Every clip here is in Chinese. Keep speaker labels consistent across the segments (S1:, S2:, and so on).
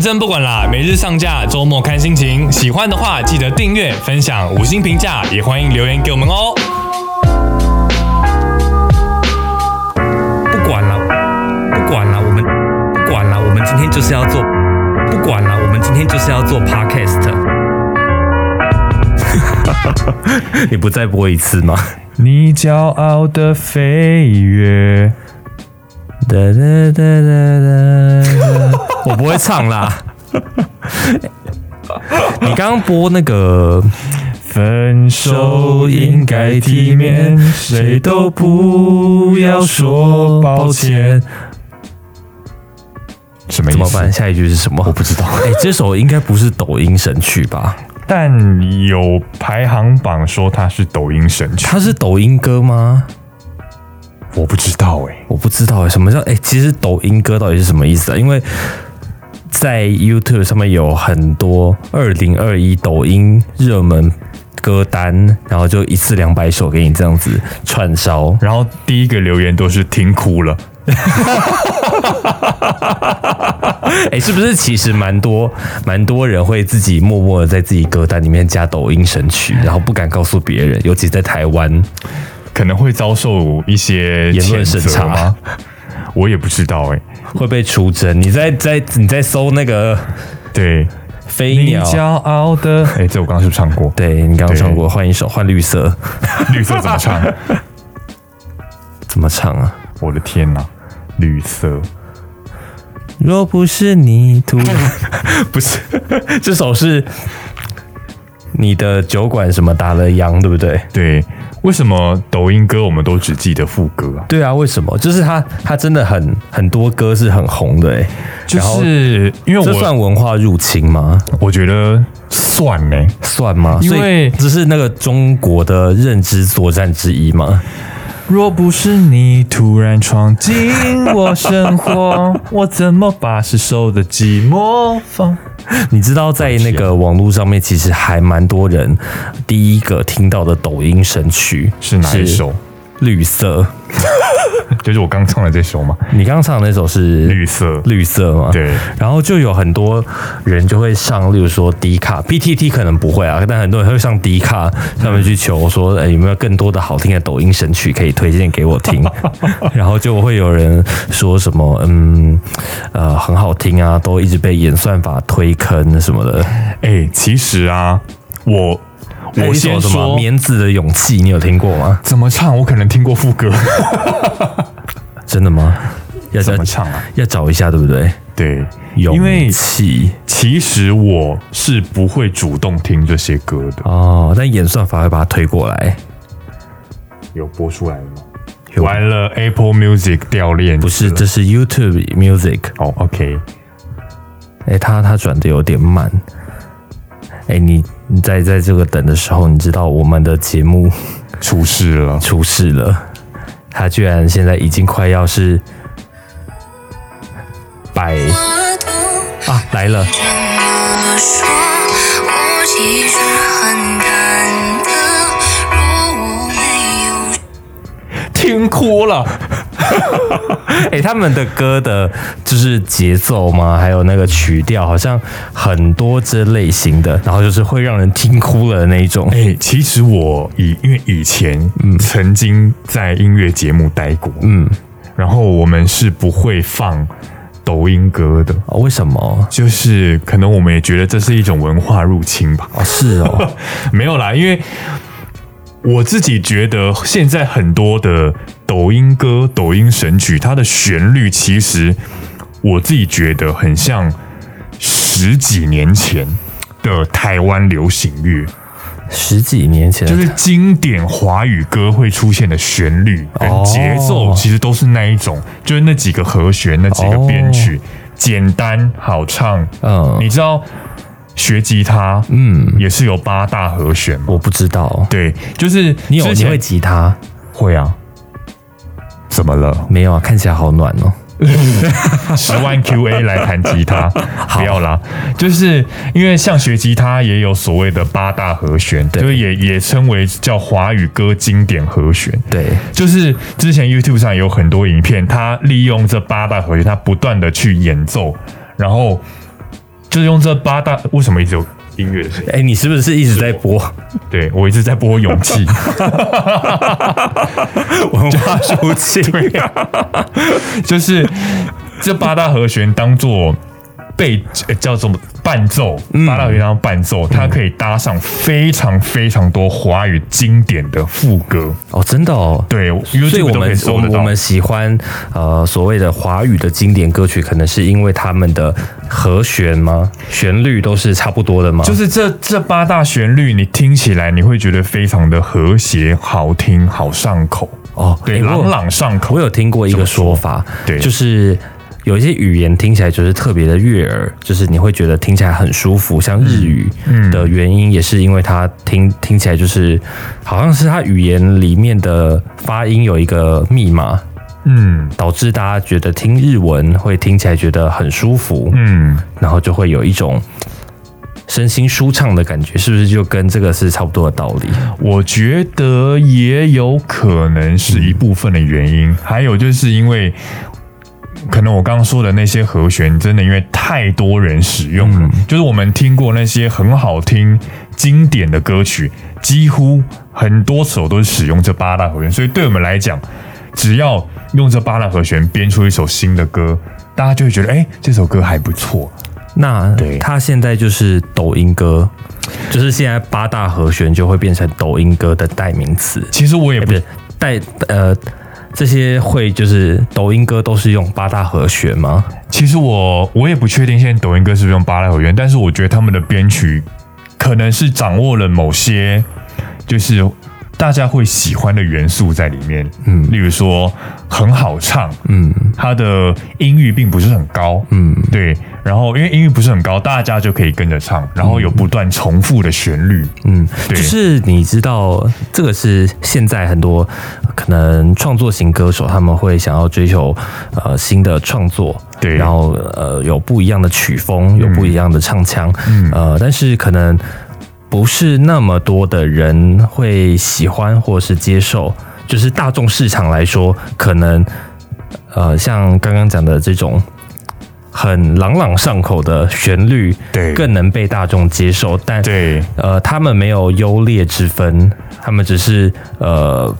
S1: 真不管啦，每日上架，周末看心情。喜欢的话记得订阅、分享、五星评价，也欢迎留言给我们哦。
S2: 不管了，不管了，我们不管了，我们今天就是要做，不管了，我们今天就是要做 podcast。你不再播一次吗？
S1: 你骄傲的飞跃，
S2: 哒哒哒哒哒，我不会唱啦。 你刚刚播那个
S1: 分
S2: 手应该体面，谁都不要说抱歉。
S1: 什么意
S2: 怎么
S1: 思？
S2: 办？下一句是什么？我不知道。哎、这首应该不是抖音神曲吧？
S1: 但有排行榜说它是抖音神曲，
S2: 它是抖音歌吗？
S1: 我不知道哎、
S2: 我不知道哎、什么叫哎、其实抖音歌到底是什么意思啊？因为在 YouTube 上面有很多二零二一抖音热门歌单，然后就一次两百首给你这样子串烧。
S1: 然后第一个留言都是听哭了，
S2: 哎、是不是其实蛮多蛮多人会自己默默的在自己歌单里面加抖音神曲，然后不敢告诉别人，尤其在台湾。
S1: 可能会遭受一些
S2: 言论审
S1: 谴责
S2: 查
S1: 吗？我也不知道哎、
S2: 会被出征。你在在你在搜那个
S1: 对，
S2: 飞鸟，
S1: 傲的，哎、这我刚刚是不是唱过？
S2: 对你刚刚唱过，换一首，换绿色，
S1: 绿色怎么唱？
S2: 怎么唱啊？
S1: 我的天哪、绿色
S2: 若不是你 突然，不是这首是你的酒馆什么打了烊，对不对？
S1: 对，为什么抖音歌我们都只记得副歌啊？
S2: 对啊，为什么？就是他，他真的很很多歌是很红的、欸，然后
S1: 因为
S2: 这
S1: 我
S2: 算文化入侵吗？
S1: 我觉得算呢、
S2: 算吗？
S1: 因
S2: 所以
S1: 为
S2: 这是那个中国的认知作战之一吗？
S1: 若不是你突然闯进我生 活，我怎么把失守的寂寞放？
S2: 你知道，在那个网络上面，其实还蛮多人第一个听到的抖音神曲
S1: 是哪一？首？
S2: 绿色。
S1: 就是我刚唱的这首嘛，
S2: 你刚刚唱的那首是
S1: 绿色。
S2: 绿色吗？。
S1: 对，
S2: 然后就有很多人就会上，例如说迪卡、PTT 可能不会啊，但很多人会上迪卡上面去求说，哎，有没有更多的好听的抖音神曲可以推荐给我听？ 然后就会有人说什么，嗯，呃，很好听啊，都一直被演算法推坑什么的。
S1: 哎、其实啊，我
S2: 还有
S1: 我
S2: 一首
S1: 先
S2: 什么
S1: 说
S2: 《棉子的勇气》，你有听过吗？
S1: 怎么唱，我可能听过副 歌，
S2: 真的吗？要
S1: 怎
S2: 要
S1: 么唱啊？
S2: 要找一下，对不对？
S1: 对，因为
S2: 勇气
S1: 其实我是不会主动听这些歌的。
S2: 哦，但演算法会把它推过来，
S1: 有播出来吗？
S2: 有
S1: 完了，Apple Music 掉链
S2: 不是，这是 YouTube Music。
S1: 哦，OK，
S2: 哎、他他转的有点慢。哎、你你在在这个等的时候，你知道我们的节目
S1: 出事了。
S2: 出事了，他居然现在已经快要是百
S3: 我都
S2: 啊来了，
S3: 怎么说？我其实很忐忑，若我没有。
S1: 听哭 了，
S2: 哎、他们的歌的就是节奏嘛，还有那个曲调，好像很多这类型的，然后就是会让人听哭了的那一种。
S1: 哎、其实我以因为以前曾经在音乐节目待过，嗯，然后我们是不会放抖音歌的，
S2: 哦，为什么？
S1: 就是可能我们也觉得这是一种文化入侵吧，
S2: 哦，是哦，
S1: 没有啦，因为我自己觉得现在很多的抖音歌、抖音神曲，它的旋律其实我自己觉得很像十几年前的台湾流行乐，
S2: 十几年前
S1: 就是经典华语歌会出现的旋律
S2: 哦
S1: 跟节奏，其实都是那一种，就是那几个和弦、那几个编曲，简单好唱。
S2: 哦嗯
S1: 你知道学吉他，嗯，也是有八大和弦嘛。
S2: 我不知道。
S1: 对，就是
S2: 你有
S1: 之
S2: 你
S1: 前
S2: 会吉他
S1: 会啊？怎么 了？
S2: 没有啊？看起来好暖哦。
S1: 十万 QA 来弹 吉他，不要啦，就是因为像学吉他也有所谓的八大和弦，就是也也称为叫华语歌经典和弦。
S2: 对，
S1: 就是之前 YouTube 上有很多影片，它利用这八大和弦，它不断的去演奏，然后就是用这八大为什么一直有音乐的声音？
S2: 哎、你是不是一直在播
S1: 对我一直在播勇气，
S2: 文化抒情？
S1: 就是这八大和弦当做被、呃叫什么伴奏，八大和弦当伴奏，它可以搭上非常非常多华语经典的副歌。
S2: 哦，真的哦。
S1: 对
S2: 所以
S1: ，YouTube
S2: 我
S1: 都可以
S2: 们我
S1: 搜得
S2: 们我
S1: 到
S2: 们。喜欢呃所谓的华语的经典歌曲，可能是因为他们的和弦吗？旋律都是差不多的吗？
S1: 就是这这八大旋律，你听起来你会觉得非常的和谐、好听、好上口，
S2: 哦，
S1: 对，
S2: 诶我有
S1: 朗朗上口。
S2: 我有听过一个说法，
S1: 对
S2: 就是。有一些语言听起来就是特别的悦耳，就是你会觉得听起来很舒服。像日语
S1: 嗯
S2: 的原因也是因为它听听起来就是好像是它语言里面的发音有一个密码，
S1: 嗯
S2: 导致大家觉得听日文会听起来觉得很舒服，
S1: 嗯，
S2: 然后就会有一种身心舒畅的感觉，是不是就跟这个是差不多的道理？
S1: 我觉得也有可能是一部分的原因，还有就是因为可能我刚刚说的那些和弦，真的因为太多人使用了，就是我们听过那些很好听、经典的歌曲，几乎很多首都是使用这八大和弦，所以对我们来讲，只要用这八大和弦编出一首新的歌，大家就会觉得，哎、这首歌还不错。
S2: 那
S1: 对
S2: 他现在就是抖音歌，就是现在八大和弦就会变成抖音歌的代名词，
S1: 其实我也
S2: 哎，
S1: 不
S2: 不是代呃这些会就是抖音歌都是用八大和弦吗？
S1: 其实我我也不确定现在抖音歌是不是用八大和弦，但是我觉得他们的编曲可能是掌握了某些就是大家会喜欢的元素在里面，嗯，例如说很好唱，
S2: 嗯
S1: 它的音域并不是很高，
S2: 嗯，
S1: 对，然后因为音域不是很高，大家就可以跟着唱，然后有不断重复的旋律，
S2: 嗯，
S1: 对
S2: 就是你知道，这个是现在很多呃可能创作型歌手他们会想要追求呃新的创作，
S1: 对
S2: 然后呃有不一样的曲风，有不一样的唱腔，
S1: 嗯
S2: 呃，但是可能不是那么多的人会喜欢或是接受，就是大众市场来说，可能呃像刚刚讲的这种。很朗朗上口的旋律，
S1: 对
S2: 更能被大众接受，但
S1: 对，
S2: 呃，他们没有优劣之分，他们只是呃，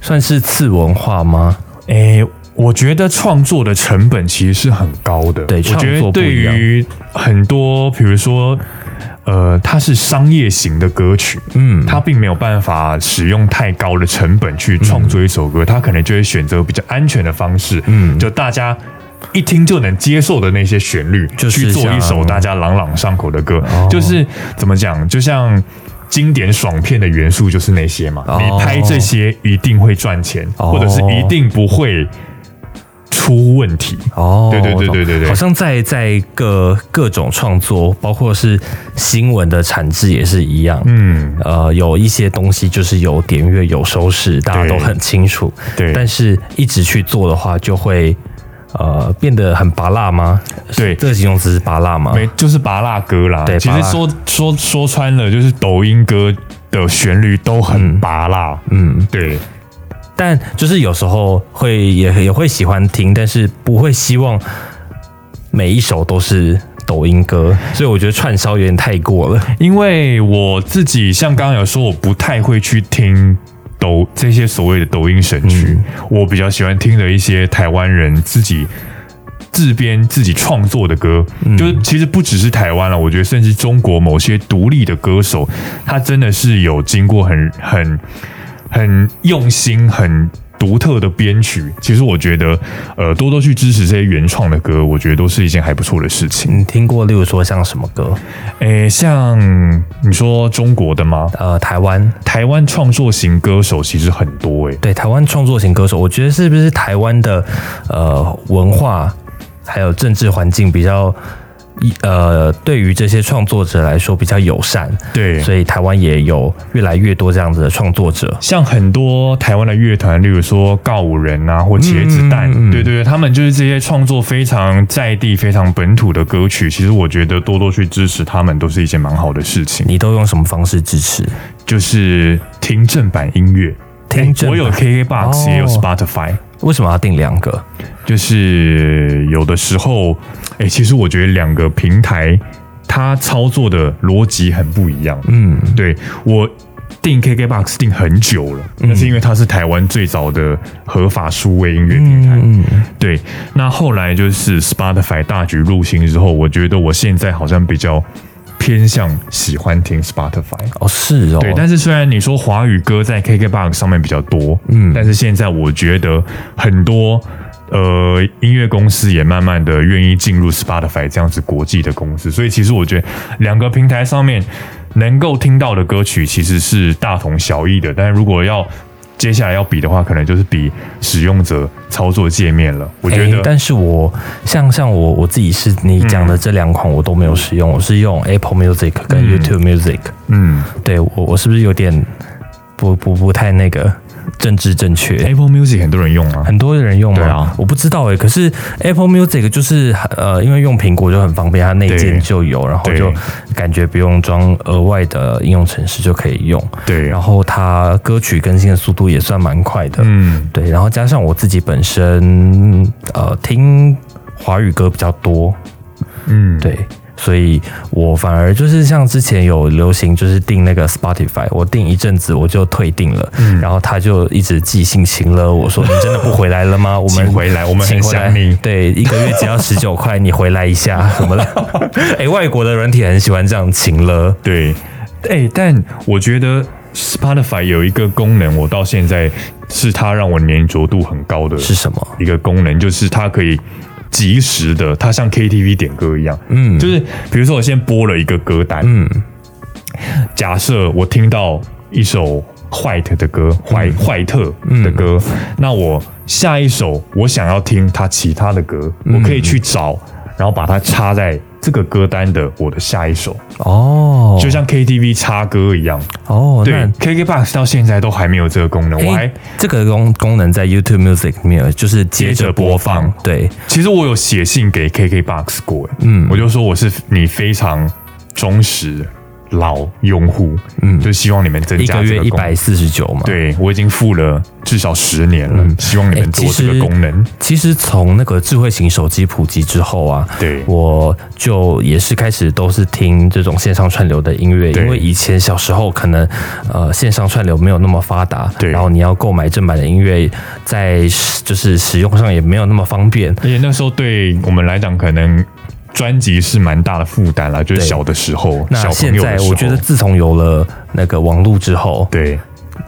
S2: 算是次文化吗？
S1: 诶、我觉得创作的成本其实是很高的。
S2: 对
S1: 我觉
S2: 创
S1: 得
S2: 作不
S1: 对
S2: 一样
S1: 于很多，比如说，呃，它是商业型的歌曲，
S2: 嗯，
S1: 它并没有办法使用太高的成本去创作一首歌，它可能就会选择比较安全的方式，
S2: 嗯
S1: 就大家。一听就能接受的那些旋律，
S2: 就是
S1: 去做一首
S2: 像哦
S1: 大家朗朗上口的歌，就是怎么讲，就像经典爽片的元素就是那些嘛。
S2: 哦
S1: 你拍这些一定会赚钱，
S2: 哦
S1: 或者是一定不会出问题。
S2: 哦，
S1: 对对
S2: 我
S1: 对
S2: 懂
S1: 对对对
S2: 好像在在各各种创作，包括是新闻的产制也是一样，
S1: 嗯，
S2: 呃，有一些东西就是有点阅有收视，大家
S1: 对
S2: 都很清楚，
S1: 对
S2: 但是一直去做的话，就会呃变得很拔辣吗？
S1: 对
S2: 这个形容词是拔辣吗？
S1: 没就是拔辣歌啦。
S2: 对
S1: 其
S2: 拔
S1: 实
S2: 辣
S1: 说说说穿了，就是抖音歌的旋律都很拔辣。
S2: 嗯，
S1: 对，
S2: 但就是有时候会也也会喜欢听，但是不会希望每一首都是抖音歌，所以我觉得串烧有点太过了。
S1: 因为我自己像刚刚有说，我不太会去听抖这些所谓的抖音神曲，我比较喜欢听的一些台湾人自己自编自己创作的歌，就是其实不只是台湾了，我觉得甚至中国某些独立的歌手，他真的是有经过很很很用心很。独特的编曲，其实我觉得，呃，多多去支持这些原创的歌，我觉得都是一件还不错的事情。
S2: 你听过，例如说像什么歌？
S1: 诶、像你说中国的吗？
S2: 呃，台湾
S1: 台湾创作型歌手其实很多欸诶、
S2: 对台湾创作型歌手，我觉得是不是台湾的呃文化还有政治环境比较一呃，对于这些创作者来说比较友善，
S1: 对，
S2: 所以台湾也有越来越多这样子的创作者。
S1: 像很多台湾的乐团，例如说告五人啊，或茄子
S2: 嗯
S1: 蛋，
S2: 嗯嗯
S1: 对对对，他们就是这些创作非常在地、非常本土的歌曲。其实我觉得多多去支持他们，都是一件蛮好的事情。
S2: 你都用什么方式支持？
S1: 就是听正版音乐，
S2: 听正版
S1: 我有 KKBox，、
S2: 哦
S1: 也有 Spotify。
S2: 为什么要定两个？
S1: 就是有的时候，哎、其实我觉得两个平台它操作的逻辑很不一样。
S2: 嗯，
S1: 对我订 KKBOX 订很久了，那、是因为它是台湾最早的合法数位音乐平台。
S2: 嗯嗯
S1: 对，那后来就是 Spotify 大举入侵之后，我觉得我现在好像比较偏向喜欢听 Spotify。
S2: 哦是哦，
S1: 对，但是虽然你说华语歌在 KKBOX 上面比较多，
S2: 嗯
S1: 但是现在我觉得很多呃音乐公司也慢慢的愿意进入 Spotify 这样子国际的公司，所以其实我觉得两个平台上面能够听到的歌曲其实是大同小异的，但是如果要接下来要比的话，可能就是比使用者操作界面了。我觉
S2: 诶
S1: 得，
S2: 但是我像像我我自己是你讲的这两款我都没有使用，我是用 Apple Music 跟
S1: 嗯
S2: YouTube Music，、
S1: 嗯
S2: 对我我是不是有点不不不太那个政治正确？
S1: ，Apple Music 很多人用啊，
S2: 很多人用吗？
S1: 对啊
S2: 我不知道哎、可是 Apple Music 就是呃，因为用苹果就很方便，它内建
S1: 对
S2: 就有，然后
S1: 对
S2: 就感觉不用装额外的应用程式就可以用。
S1: 对
S2: 然，后它歌曲更新的速度也算蛮快的，
S1: 嗯
S2: 对。然后加上我自己本身呃听华语歌比较多，
S1: 嗯，
S2: 对，所以我反而就是像之前有流行，就是订那个 Spotify，我订一阵子我就退订了，
S1: 嗯
S2: 然后他就一直寄信请了我说：“你真的不回来了吗？我们
S1: 请回来我们很
S2: 请回来
S1: 想你
S2: 对，一个月只要十九块，你回来一下什么 的。哎、外国的软体很喜欢这样请了，
S1: 对，哎、但我觉得 Spotify 有一个功能，我到现在是它让我粘着度很高的
S2: 是什么？
S1: 一个功能，就是它可以及时的，它像 KTV 点歌一样，
S2: 嗯，
S1: 就是比如说我先播了一个歌单，
S2: 嗯
S1: 假设我听到一首 White 的歌，
S2: 嗯
S1: 怀怀特的歌，那我下一首我想要听他其他的歌，
S2: 嗯
S1: 我可以去找，然后把它插在这个歌单的我的下一首，
S2: 哦，
S1: 就像 KTV 插歌一样。
S2: 哦，
S1: 对
S2: 那。
S1: ，KKBox 到现在都还没有这个功能，我还
S2: 哎这个功功能在 YouTube Music 里面有，就是接
S1: 接
S2: 着
S1: 着
S2: 播
S1: 播放
S2: 放。对，
S1: 其实我有写信给 KKBox 过，
S2: 嗯
S1: 嗯，我就说我是你非常忠实老用户，
S2: 嗯
S1: 嗯，就希望你们增
S2: 一
S1: 加
S2: 个
S1: 这
S2: 月
S1: 个
S2: 一
S1: 功能
S2: 百。四十九嘛。
S1: 对，我已经付了至少十年了，希望你
S2: 哎
S1: 们
S2: 其
S1: 多这
S2: 实
S1: 个功能。
S2: 其实从那个智慧型手机普及之后啊，
S1: 对
S2: 我就也是开始都是听这种线上串流的音乐，
S1: 对
S2: 因为以前小时候可能呃线上串流没有那么发达，
S1: 对
S2: 然后你要购买正版的音乐，在使就是使用上也没有那么方便。
S1: 而且那时候对我们来讲，可能专辑是蛮大的负担啦，就是
S2: 对
S1: 小的时候，
S2: 那
S1: 小朋
S2: 现
S1: 友
S2: 在
S1: 的时候，
S2: 我觉得自从有了那个网络之后，
S1: 对，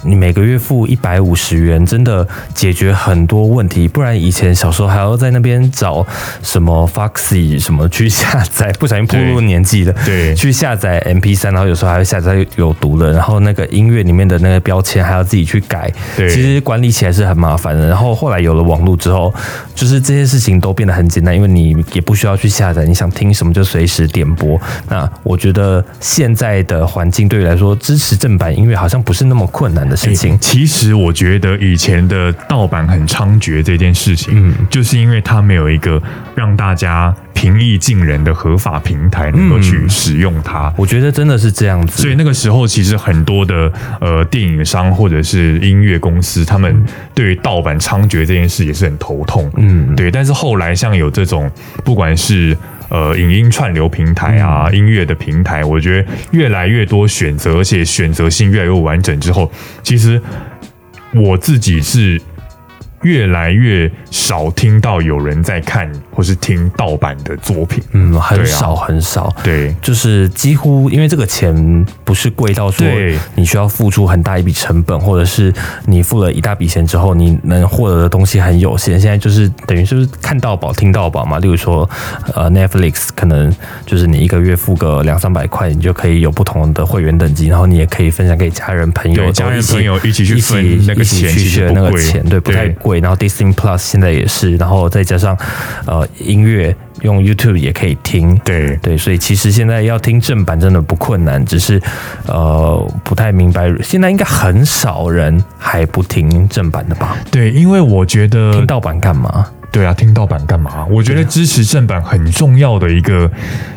S2: 你每个月付一百五十元，真的解决很多问题。不然以前小时候还要在那边找什么 Foxy 什么去下载，不小心步入
S1: 对
S2: 年纪了，
S1: 对
S2: 去下载 MP 三，然后有时候还会下载有毒的，然后那个音乐里面的那个标签还要自己去改，
S1: 对
S2: 其实管理起来是很麻烦的。然后后来有了网络之后，就是这些事情都变得很简单，因为你也不需要去下载，你想听什么就随时点播。那我觉得现在的环境对于来说，支持正版音乐好像不是那么困难的事情。
S1: 哎其实我觉得以前的盗版很猖獗这件事情，
S2: 嗯
S1: 就是因为它没有一个让大家平易近人的合法平台能够
S2: 嗯
S1: 去使用它。
S2: 我觉得真的是这样子，
S1: 所以那个时候，其实很多的呃电影商或者是音乐公司，他们对于盗版猖獗这件事也是很头痛。
S2: 嗯
S1: 对。但是后来像有这种，不管是呃影音串流平台啊、音乐的平台，我觉得越来越多选择，而且选择性越来越完整之后，其实我自己是。越来越少听到有人在看或是听盗版的作品，
S2: 嗯，很
S1: 对啊
S2: 少很少。
S1: 对，
S2: 就是几乎，因为这个钱不是贵到说
S1: 对
S2: 你需要付出很大一笔成本，或者是你付了一大笔钱之后，你能获得的东西很有限。现在就是等于就是看到宝听到宝嘛，例如说，呃，Netflix 可能就是你一个月付个两三百块，你就可以有不同的会员等级，然后你也可以分享给家人朋友，
S1: 对家人
S2: 都一起
S1: 朋友一起去
S2: 一
S1: 分
S2: 起
S1: 那个
S2: 一起
S1: 钱
S2: 去
S1: 其实
S2: 学
S1: 不
S2: 那个
S1: 贵
S2: 钱，对，不太
S1: 对
S2: 贵，然后 Disney Plus 现在也是，然后再加上呃音乐用 YouTube 也可以听，
S1: 对
S2: 对，所以其实现在要听正版真的不困难，只是呃不太明白，现在应该很少人还不听正版的吧？
S1: 对，因为我觉得
S2: 听盗版干嘛？
S1: 对啊，听盗版干嘛？我觉得支持正版很重要的一个，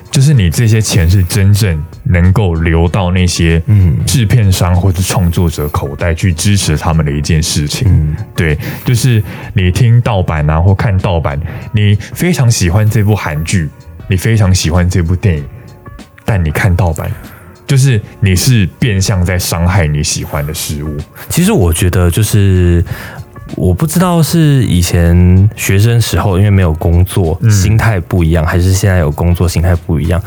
S1: 就是你这些钱是真正能够流到那些
S2: 嗯
S1: 制片商或者创作者口袋去支持他们的一件事情。
S2: 嗯
S1: 对，就是你听盗版啊，或看盗版，你非常喜欢这部韩剧，你非常喜欢这部电影。但你看盗版，就是你是变相在伤害你喜欢的事物。
S2: 其实我觉得就是。我不知道是以前学生时候，因为没有工作，
S1: 嗯
S2: 心态不一样，还是现在有工作，心态不一样。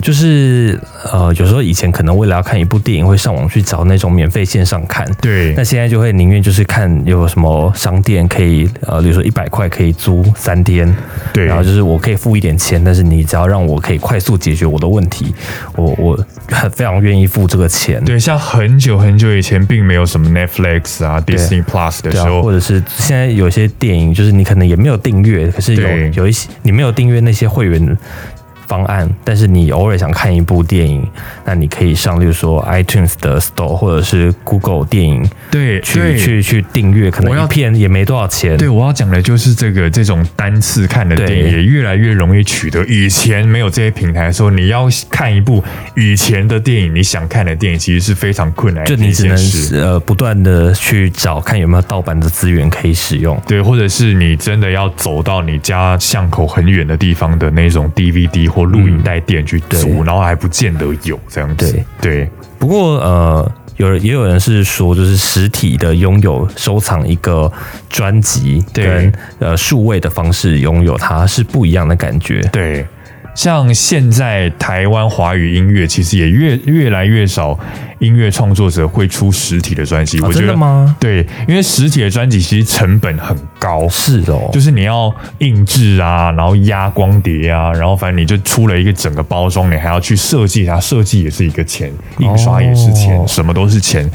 S2: 就是呃，有时候以前可能为了要看一部电影，会上网去找那种免费线上看，
S1: 对
S2: 那现在就会宁愿就是看有什么商店可以，呃，比如说一百块可以租三天，
S1: 对
S2: 然后就是我可以付一点钱，但是你只要让我可以快速解决我的问题，我我很非常愿意付这个钱。
S1: 对，像很久很久以前，并没有什么 Netflix 啊、Disney Plus 的
S2: 对
S1: 时
S2: 啊，
S1: 候
S2: 或，者是现在有些电影，就是你可能也没有订阅，可是
S1: 对
S2: 有有一些你没有订阅那些会员方案，但是你偶尔想看一部电影，那你可以上，例如说 iTunes 的 Store 或者是 Google 电影
S1: 对，
S2: 去
S1: 对
S2: 去去订阅，可
S1: 我
S2: 能
S1: 要
S2: 一片也没多少钱。
S1: 对，我要讲的就是这个这种单次看的电影
S2: 对
S1: 也越来越容易取得。以前没有这些平台的时候，你要看一部以前的电影，你想看的电影其实是非常困难
S2: 就
S1: 的
S2: 你
S1: 一
S2: 只能
S1: 件事。
S2: 呃不断的去找看有没有盗版的资源可以使用。
S1: 对，或者是你真的要走到你家巷口很远的地方的那种 DVD 或录影带店去租，
S2: 对
S1: 然后还不见得有这样子。嗯对
S2: 不过呃，有人也有人是说，就是实体的拥有收藏一个专辑
S1: 对
S2: 跟呃数位的方式拥有它是不一样的感觉。
S1: 对，像现在台湾华语音乐其实也越越来越少音乐创作者会出实体的专辑，我
S2: 哦
S1: 觉得
S2: 真的吗？
S1: 对，因为实体的专辑其实成本很高，
S2: 是哦，
S1: 就是你要印制啊，然后压光碟啊，然后反正你就出了一个整个包装，你还要去设计它，设计也是一个钱，印刷也是钱，
S2: 哦
S1: 什么都是钱。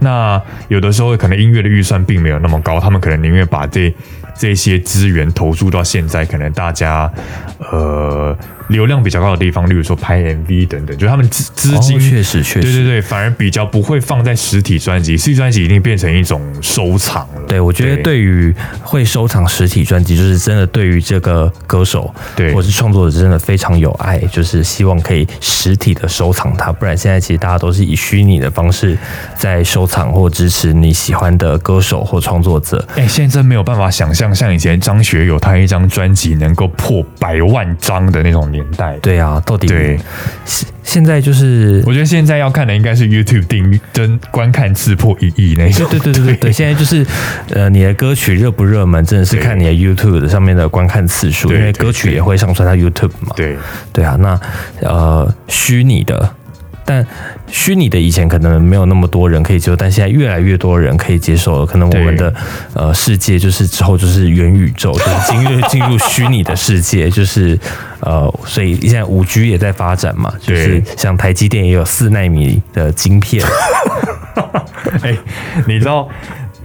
S1: 那有的时候可能音乐的预算并没有那么高，他们可能宁愿把这这些资源投注到现在可能大家呃流量比较高的地方，例如说拍 MV 等等，就他们资资金、
S2: 哦确实确
S1: 对
S2: 实。
S1: 对对，反而比较不会放在实体专辑，实体专辑一定变成一种收藏了。
S2: 对，我觉得对于会收藏实体专辑，就是真的对于这个歌手
S1: 对
S2: 或是创作者真的非常有爱，就是希望可以实体的收藏它，不然现在其实大家都是以虚拟的方式在收藏或支持你喜欢的歌手或创作者。
S1: 哎、现在真没有办法想象，像以前张学友他一张专辑能够破百万张的那种年代。，
S2: 对啊，到底
S1: 对
S2: 现现在就是
S1: 我觉得现在要看的应该是 YouTube 订跟观看次破一亿那
S2: 对
S1: 种。
S2: 对对对对对，现在就是呃，你的歌曲热不热门，真的是
S1: 对
S2: 看你的 YouTube 上面的观看次数，因
S1: 对
S2: 为
S1: 对
S2: 歌曲
S1: 对
S2: 也会上传到 YouTube 嘛。
S1: 对
S2: 对啊，那呃，虚拟的。但虚拟的以前可能没有那么多人可以接受，但现在越来越多人可以接受了。可能我们的呃世界就是之后就是元宇宙，就是进 入进入虚拟的世界，就是呃，所以现在五 G 也在发展嘛，就是
S1: 对
S2: 像台积电也有四纳米的晶 片，
S1: 哎、你知道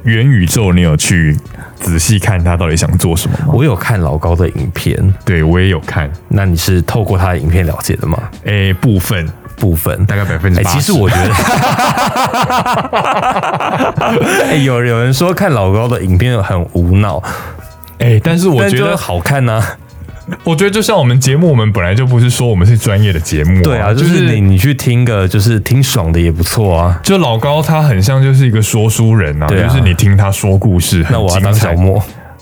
S1: 元宇宙？你有去仔细看他到底想做什么吗？
S2: 我有看老高的影片，
S1: 对我也有看，
S2: 那你是透过他的影片了解的吗？
S1: 哎、部分
S2: 部分
S1: 大概百分之
S2: 哎、
S1: 八十。
S2: 其实我觉得， 哎、有有人说看老高的影片很无脑，
S1: 哎、但是我
S2: 但
S1: 觉
S2: 就
S1: 得啊
S2: 好看呐、
S1: 我觉得就像我们节目，我们本来就不是说我们是专业的节目、
S2: 对啊，就是你你去听个，就是听爽的也不错啊。
S1: 就老高他很像就是一个说书人啊，
S2: 对啊
S1: 就是你听他说故事，
S2: 那我要当小
S1: 莫，
S2: 莫，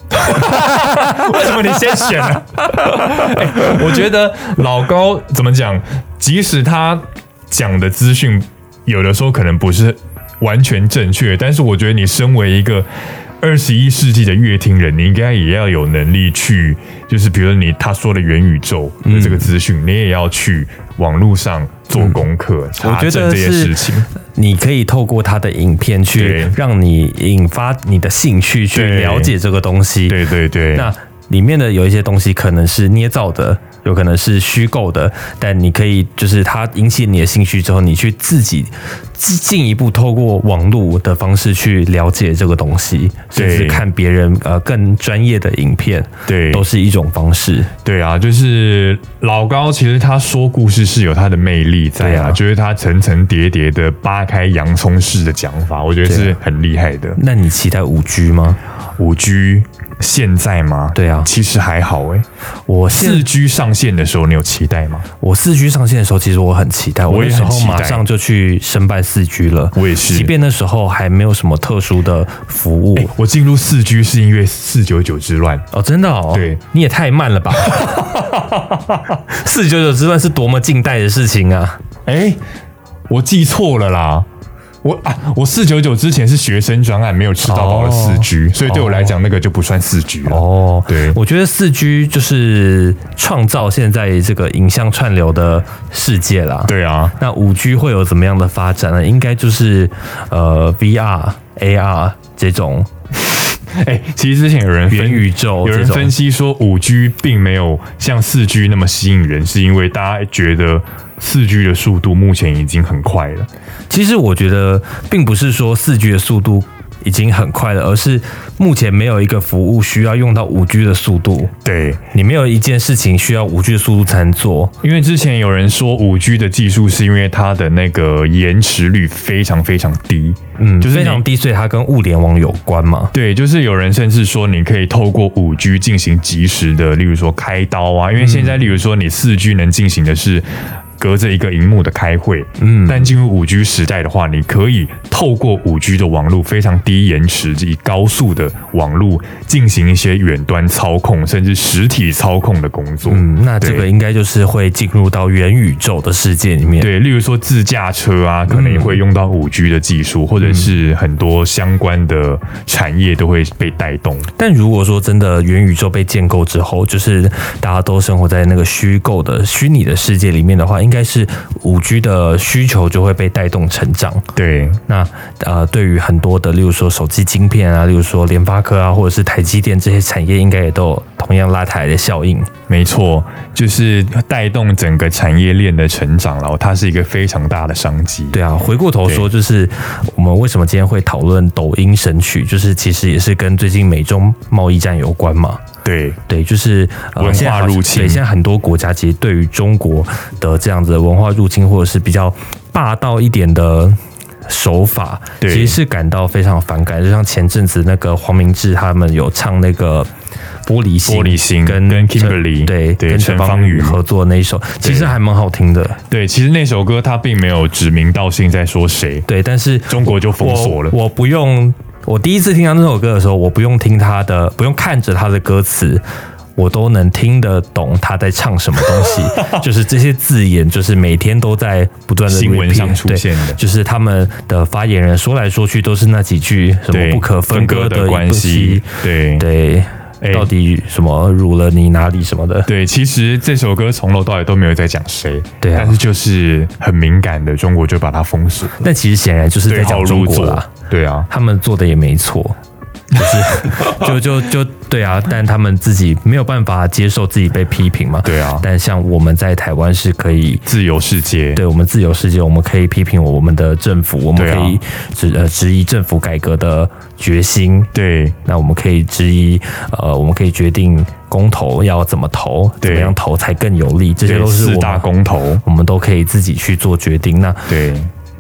S1: 为什么你先选 了、哎我觉得老高怎么讲，即使他讲的资讯有的时候可能不是完全正确，但是我觉得你身为一个。二十一世纪的乐听人，你应该也要有能力去，就是比如说你他说的元宇宙的
S2: 嗯
S1: 这个资讯，你也要去网络上做功课，查
S2: 我觉
S1: 证
S2: 得
S1: 这些
S2: 是
S1: 事情。
S2: 你可以透过他的影片去
S1: 对
S2: 让你引发你的兴趣，去
S1: 对
S2: 了解这个东西。
S1: 对对对，
S2: 那里面的有一些东西可能是捏造的，有可能是虚构的，但你可以就是它引起你的兴趣之后，你去自己自进一步透过网络的方式去了解这个东西，甚
S1: 对
S2: 至看别人呃更专业的影片，
S1: 对
S2: 都是一种方式。
S1: 对啊，就是老高，其实他说故事是有他的魅力在
S2: 对
S1: 啊，
S2: 啊
S1: 就是他层层叠叠的扒开洋葱式的讲法，我觉得
S2: 对啊
S1: 是很厉害的。
S2: 那你期待五 G 吗？
S1: 五 G，现在吗？
S2: 对啊
S1: 其实还好哎、
S2: 我现
S1: 四 G 上线的时候，你有期待吗？
S2: 我四 G 上线的时候，其实我很期待，
S1: 我也
S2: 那时
S1: 很
S2: 候
S1: 期待
S2: 马上就去申办四 G 了。
S1: 我也是
S2: 即便那时候还没有什么特殊的服务。
S1: 哎我进入四 G 是因为四九九之乱，
S2: 哦，真的哦，
S1: 对，
S2: 你也太慢了 吧！四九九之乱是多么近代的事情啊！
S1: 哎、我记错了啦。我啊，我四九九之前是学生专案，没有吃到饱的四 G，、所以对我来讲，那个就不算四 G 了。
S2: 哦，
S1: 对
S2: 我觉得四 G 就是创造现在这个影像串流的世界啦。，
S1: 对啊，
S2: 那五 G 会有怎么样的发展呢？应该就是呃 VR、AR 这种
S1: 哎、其实之前有人分
S2: 元宇宙
S1: 有
S2: 这
S1: 人
S2: 种
S1: 分析说，五 G 并没有像四 G 那么吸引人，是因为大家觉得四 G 的速度目前已经很快了。
S2: 其实我觉得，并不是说四 G 的速度已经很快了，而是目前没有一个服务需要用到五 G 的速度。
S1: 对，
S2: 你没有一件事情需要五 G 的速度才能做。
S1: 因为之前有人说五 G 的技术是因为它的那个延迟率非常非常低，
S2: 嗯，
S1: 就是
S2: 非
S1: 你
S2: 常低，所以它跟物联网有关嘛。
S1: 对，就是有人甚至说你可以透过五 G 进行及时的，例如说开刀啊，因为现在例如说你四 G 能进行的是。隔着一个荧幕的开会，
S2: 嗯
S1: 但进入五 G 时代的话，你可以透过五 G 的网络非常低延迟以高速的网络进行一些远端操控，甚至实体操控的工作。
S2: 嗯，那这
S1: 对
S2: 个应该就是会进入到元宇宙的世界里面。
S1: 对，例如说自驾车啊，可能也会用到五 G 的技术，或者
S2: 嗯
S1: 是很多相关的产业都会被带动。
S2: 但如果说真的元宇宙被建构之后，就是大家都生活在那个虚构的虚拟的世界里面的话，应该是五 G 的需求就会被带动成长。
S1: 对，
S2: 那呃，对于很多的，例如说手机晶片啊，例如说联发科啊，或者是台积电这些产业，应该也都有同样拉抬的效应。
S1: 没错，就是带动整个产业链的成长，然后它是一个非常大的商机。
S2: 对啊，回过头说，就是我们为什么今天会讨论抖音神曲，就是其实也是跟最近美中贸易战有关嘛。
S1: 对
S2: 对，就是、呃、
S1: 文化
S2: 现在好像
S1: 入侵
S2: 对，现在很多国家其实对于中国的这样子的文化入侵，或者是比较霸道一点的手法，其
S1: 对
S2: 实是感到非常反感。就像前阵子那个黄明志他们有唱那个。玻璃心，
S1: 玻璃心
S2: 跟
S1: 跟 Kimberly，
S2: 对
S1: 对
S2: 跟
S1: 陈
S2: 陈芳
S1: 芳
S2: 宇
S1: 宇
S2: 合作那一首，其实还蛮好听的，
S1: 对，其实那首歌它并没有指名道姓在说谁，
S2: 对。但是
S1: 中国就封锁了。
S2: 我。我不用，我第一次听到那首歌的时候，我不用听他的，不用看着他的歌词。我都能听得懂他在唱什么东西， 就是这些字眼，就是每天都在不断的
S1: 新闻上出现的
S2: 就是他们的发言人说来说去都是那几句，什么
S1: 对，
S2: 不可分割的
S1: 的关系，对
S2: 一部戏，
S1: 哎
S2: 对，到底什么辱了你哪里什么的，
S1: 对，其实这首歌从头到尾都没有在讲谁，
S2: 对啊
S1: 但是就是很敏感的中国就把它封锁，
S2: 但其实显然就是在
S1: 对号
S2: 讲中
S1: 入
S2: 国
S1: 座
S2: 啦，，
S1: 对啊，
S2: 他们做的也没错，就是就 就就对啊，但他们自己没有办法接受自己被批评嘛。
S1: 对啊
S2: 但像我们在台湾是可以。
S1: 自由世界，
S2: 对我们自由世界，我们可以批评我们的政府，我们
S1: 对啊
S2: 可以质、呃质疑政府改革的决心，
S1: 对
S2: 那我们可以质疑呃，我们可以决定公投要怎么投，怎
S1: 对
S2: 么样投才更有利，这些
S1: 对，
S2: 都是我
S1: 四
S2: 们
S1: 大公投，
S2: 我们都可以自己去做决定。那
S1: 对，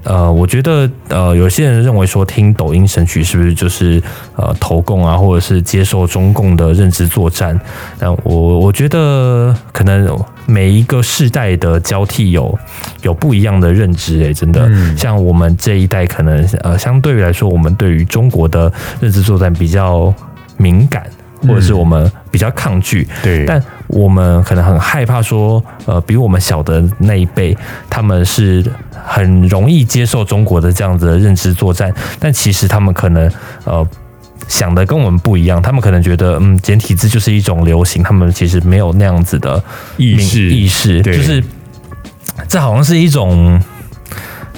S2: 呃，我觉得呃，有些人认为说听抖音神曲是不是就是呃投共啊，或者是接受中共的认知作战？但我我觉得可能每一个世代的交替有有不一样的认知诶、真的，
S1: 嗯
S2: 像我们这一代可能呃相对于来说，我们对于中国的认知作战比较敏感，或者是我们比较抗拒，
S1: 对，
S2: 但我们可能很害怕说，呃，比我们小的那一辈，他们是很容易接受中国的这样子的认知作战，但其实他们可能呃想的跟我们不一样，他们可能觉得嗯，简体字就是一种流行，他们其实没有那样子的
S1: 意
S2: 敏
S1: 识
S2: 意识
S1: 嗯对
S2: 就是这好像是一种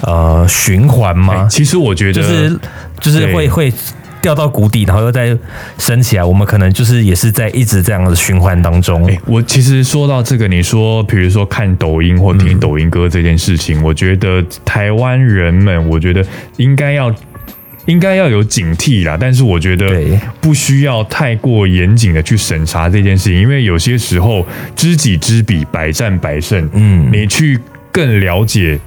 S2: 呃循环吗？
S1: 哎其实我觉得
S2: 就是就是
S1: 对
S2: 会会掉到谷底，然后又再升起来。我们可能就是也是在一直这样的循环当中。
S1: 哎、我其实说到这个，你说比如说看抖音或
S2: 嗯
S1: 听抖音歌这件事情，我觉得台湾人们，我觉得应该要。应该要有警惕啦，但是我觉得
S2: 对
S1: 不需要太过严谨的去审查这件事情，因为有些时候知己知彼，百战百胜。
S2: 嗯
S1: 你去更了解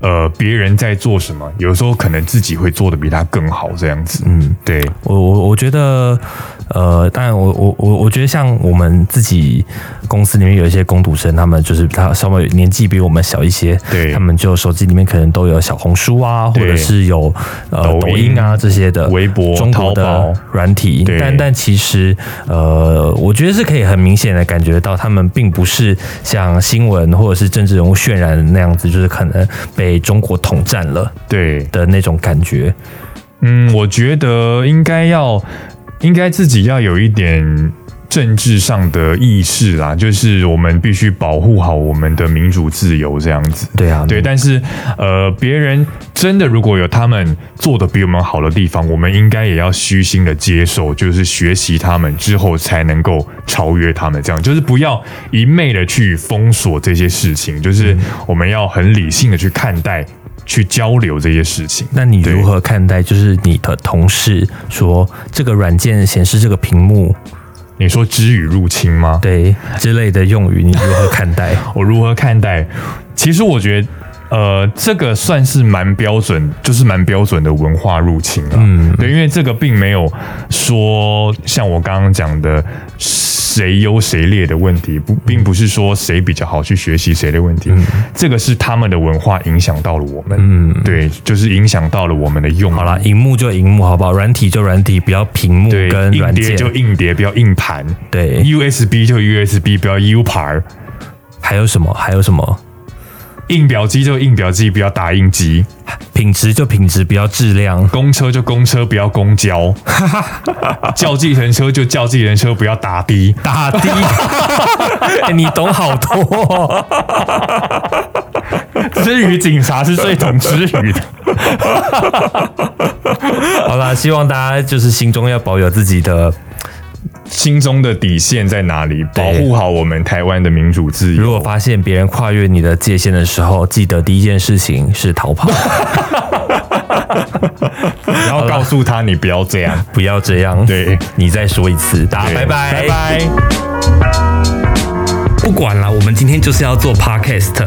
S1: 呃别人在做什么，有时候可能自己会做的比他更好，这样子。
S2: 嗯，
S1: 对，
S2: 我我我觉得呃，当然我我我我觉得像我们自己公司里面有一些工读生，他们就是他稍微年纪比我们小一些，
S1: 对
S2: 他们就手机里面可能都有小红书啊，或
S1: 对
S2: 者是有呃
S1: 抖
S2: 抖音啊
S1: 音
S2: 这些的
S1: 微博
S2: 中国
S1: 淘
S2: 的
S1: 宝
S2: 软体
S1: 对，
S2: 但但其实呃，我觉得是可以很明显的感觉到，他们并不是像新闻或者是政治人物渲染的那样子，就是可能被中国统战了
S1: 对，
S2: 的那种感觉。
S1: 嗯，我觉得应该要，应该自己要有一点政治上的意识啦，就是我们必须保护好我们的民主自由这样子。
S2: 对啊，
S1: 对，但是呃，别人真的如果有他们做的比我们好的地方，我们应该也要虚心的接受，就是学习他们之后才能够超越他们。这样就是不要一昧的去封锁这些事情，就是我们要很理性的去看待、去交流这些事情。
S2: 那你
S1: 对
S2: 如何看待就是你的同事说这个软件显示这个屏幕
S1: 你说知语入侵吗？
S2: 对之类的用语，你如何看 待？
S1: 我如何看待？其实我觉得，呃，这个算是蛮标准，就是蛮标准的文化入侵了。
S2: 嗯
S1: 对，因为这个并没有说像我刚刚讲的谁优谁劣的问题，不，并不是说谁比较好去学习谁的问题。这个是他们的文化影响到了我们，
S2: 嗯
S1: 对，就是影响到了我们的用。
S2: 好啦，，荧幕就荧幕，好不好？软体就软体，不要屏幕
S1: 对
S2: 跟，
S1: 硬
S2: 软
S1: 碟
S2: 件。
S1: 就硬碟，不要硬盘。
S2: 对，
S1: USB 就 USB，不要 U 盘儿。
S2: 还有什么？还有什么？
S1: 印表机就印表机，不要打印机。
S2: 品质就品质，不要质量。
S1: 公车就公车，不要公 交；叫计程车就叫计程车，不要打的。
S2: 打的、 哎你懂好多、哦。
S1: 至于警察是最懂之语的。
S2: 好啦，希望大家就是心中要保有自己的。
S1: 心中的底线在哪里？保
S2: 对
S1: 护好我们台湾的民主自
S2: 如
S1: 由。
S2: 果发现别人跨越你的界限的时候，记得第一件事情是逃跑，
S1: 然后告诉他你不要这样。
S2: 不要这样。
S1: 对，
S2: 你再说一次，大家
S1: 对
S2: 拜拜
S1: 拜拜。
S2: 不管了，我们今天就是要做 podcast。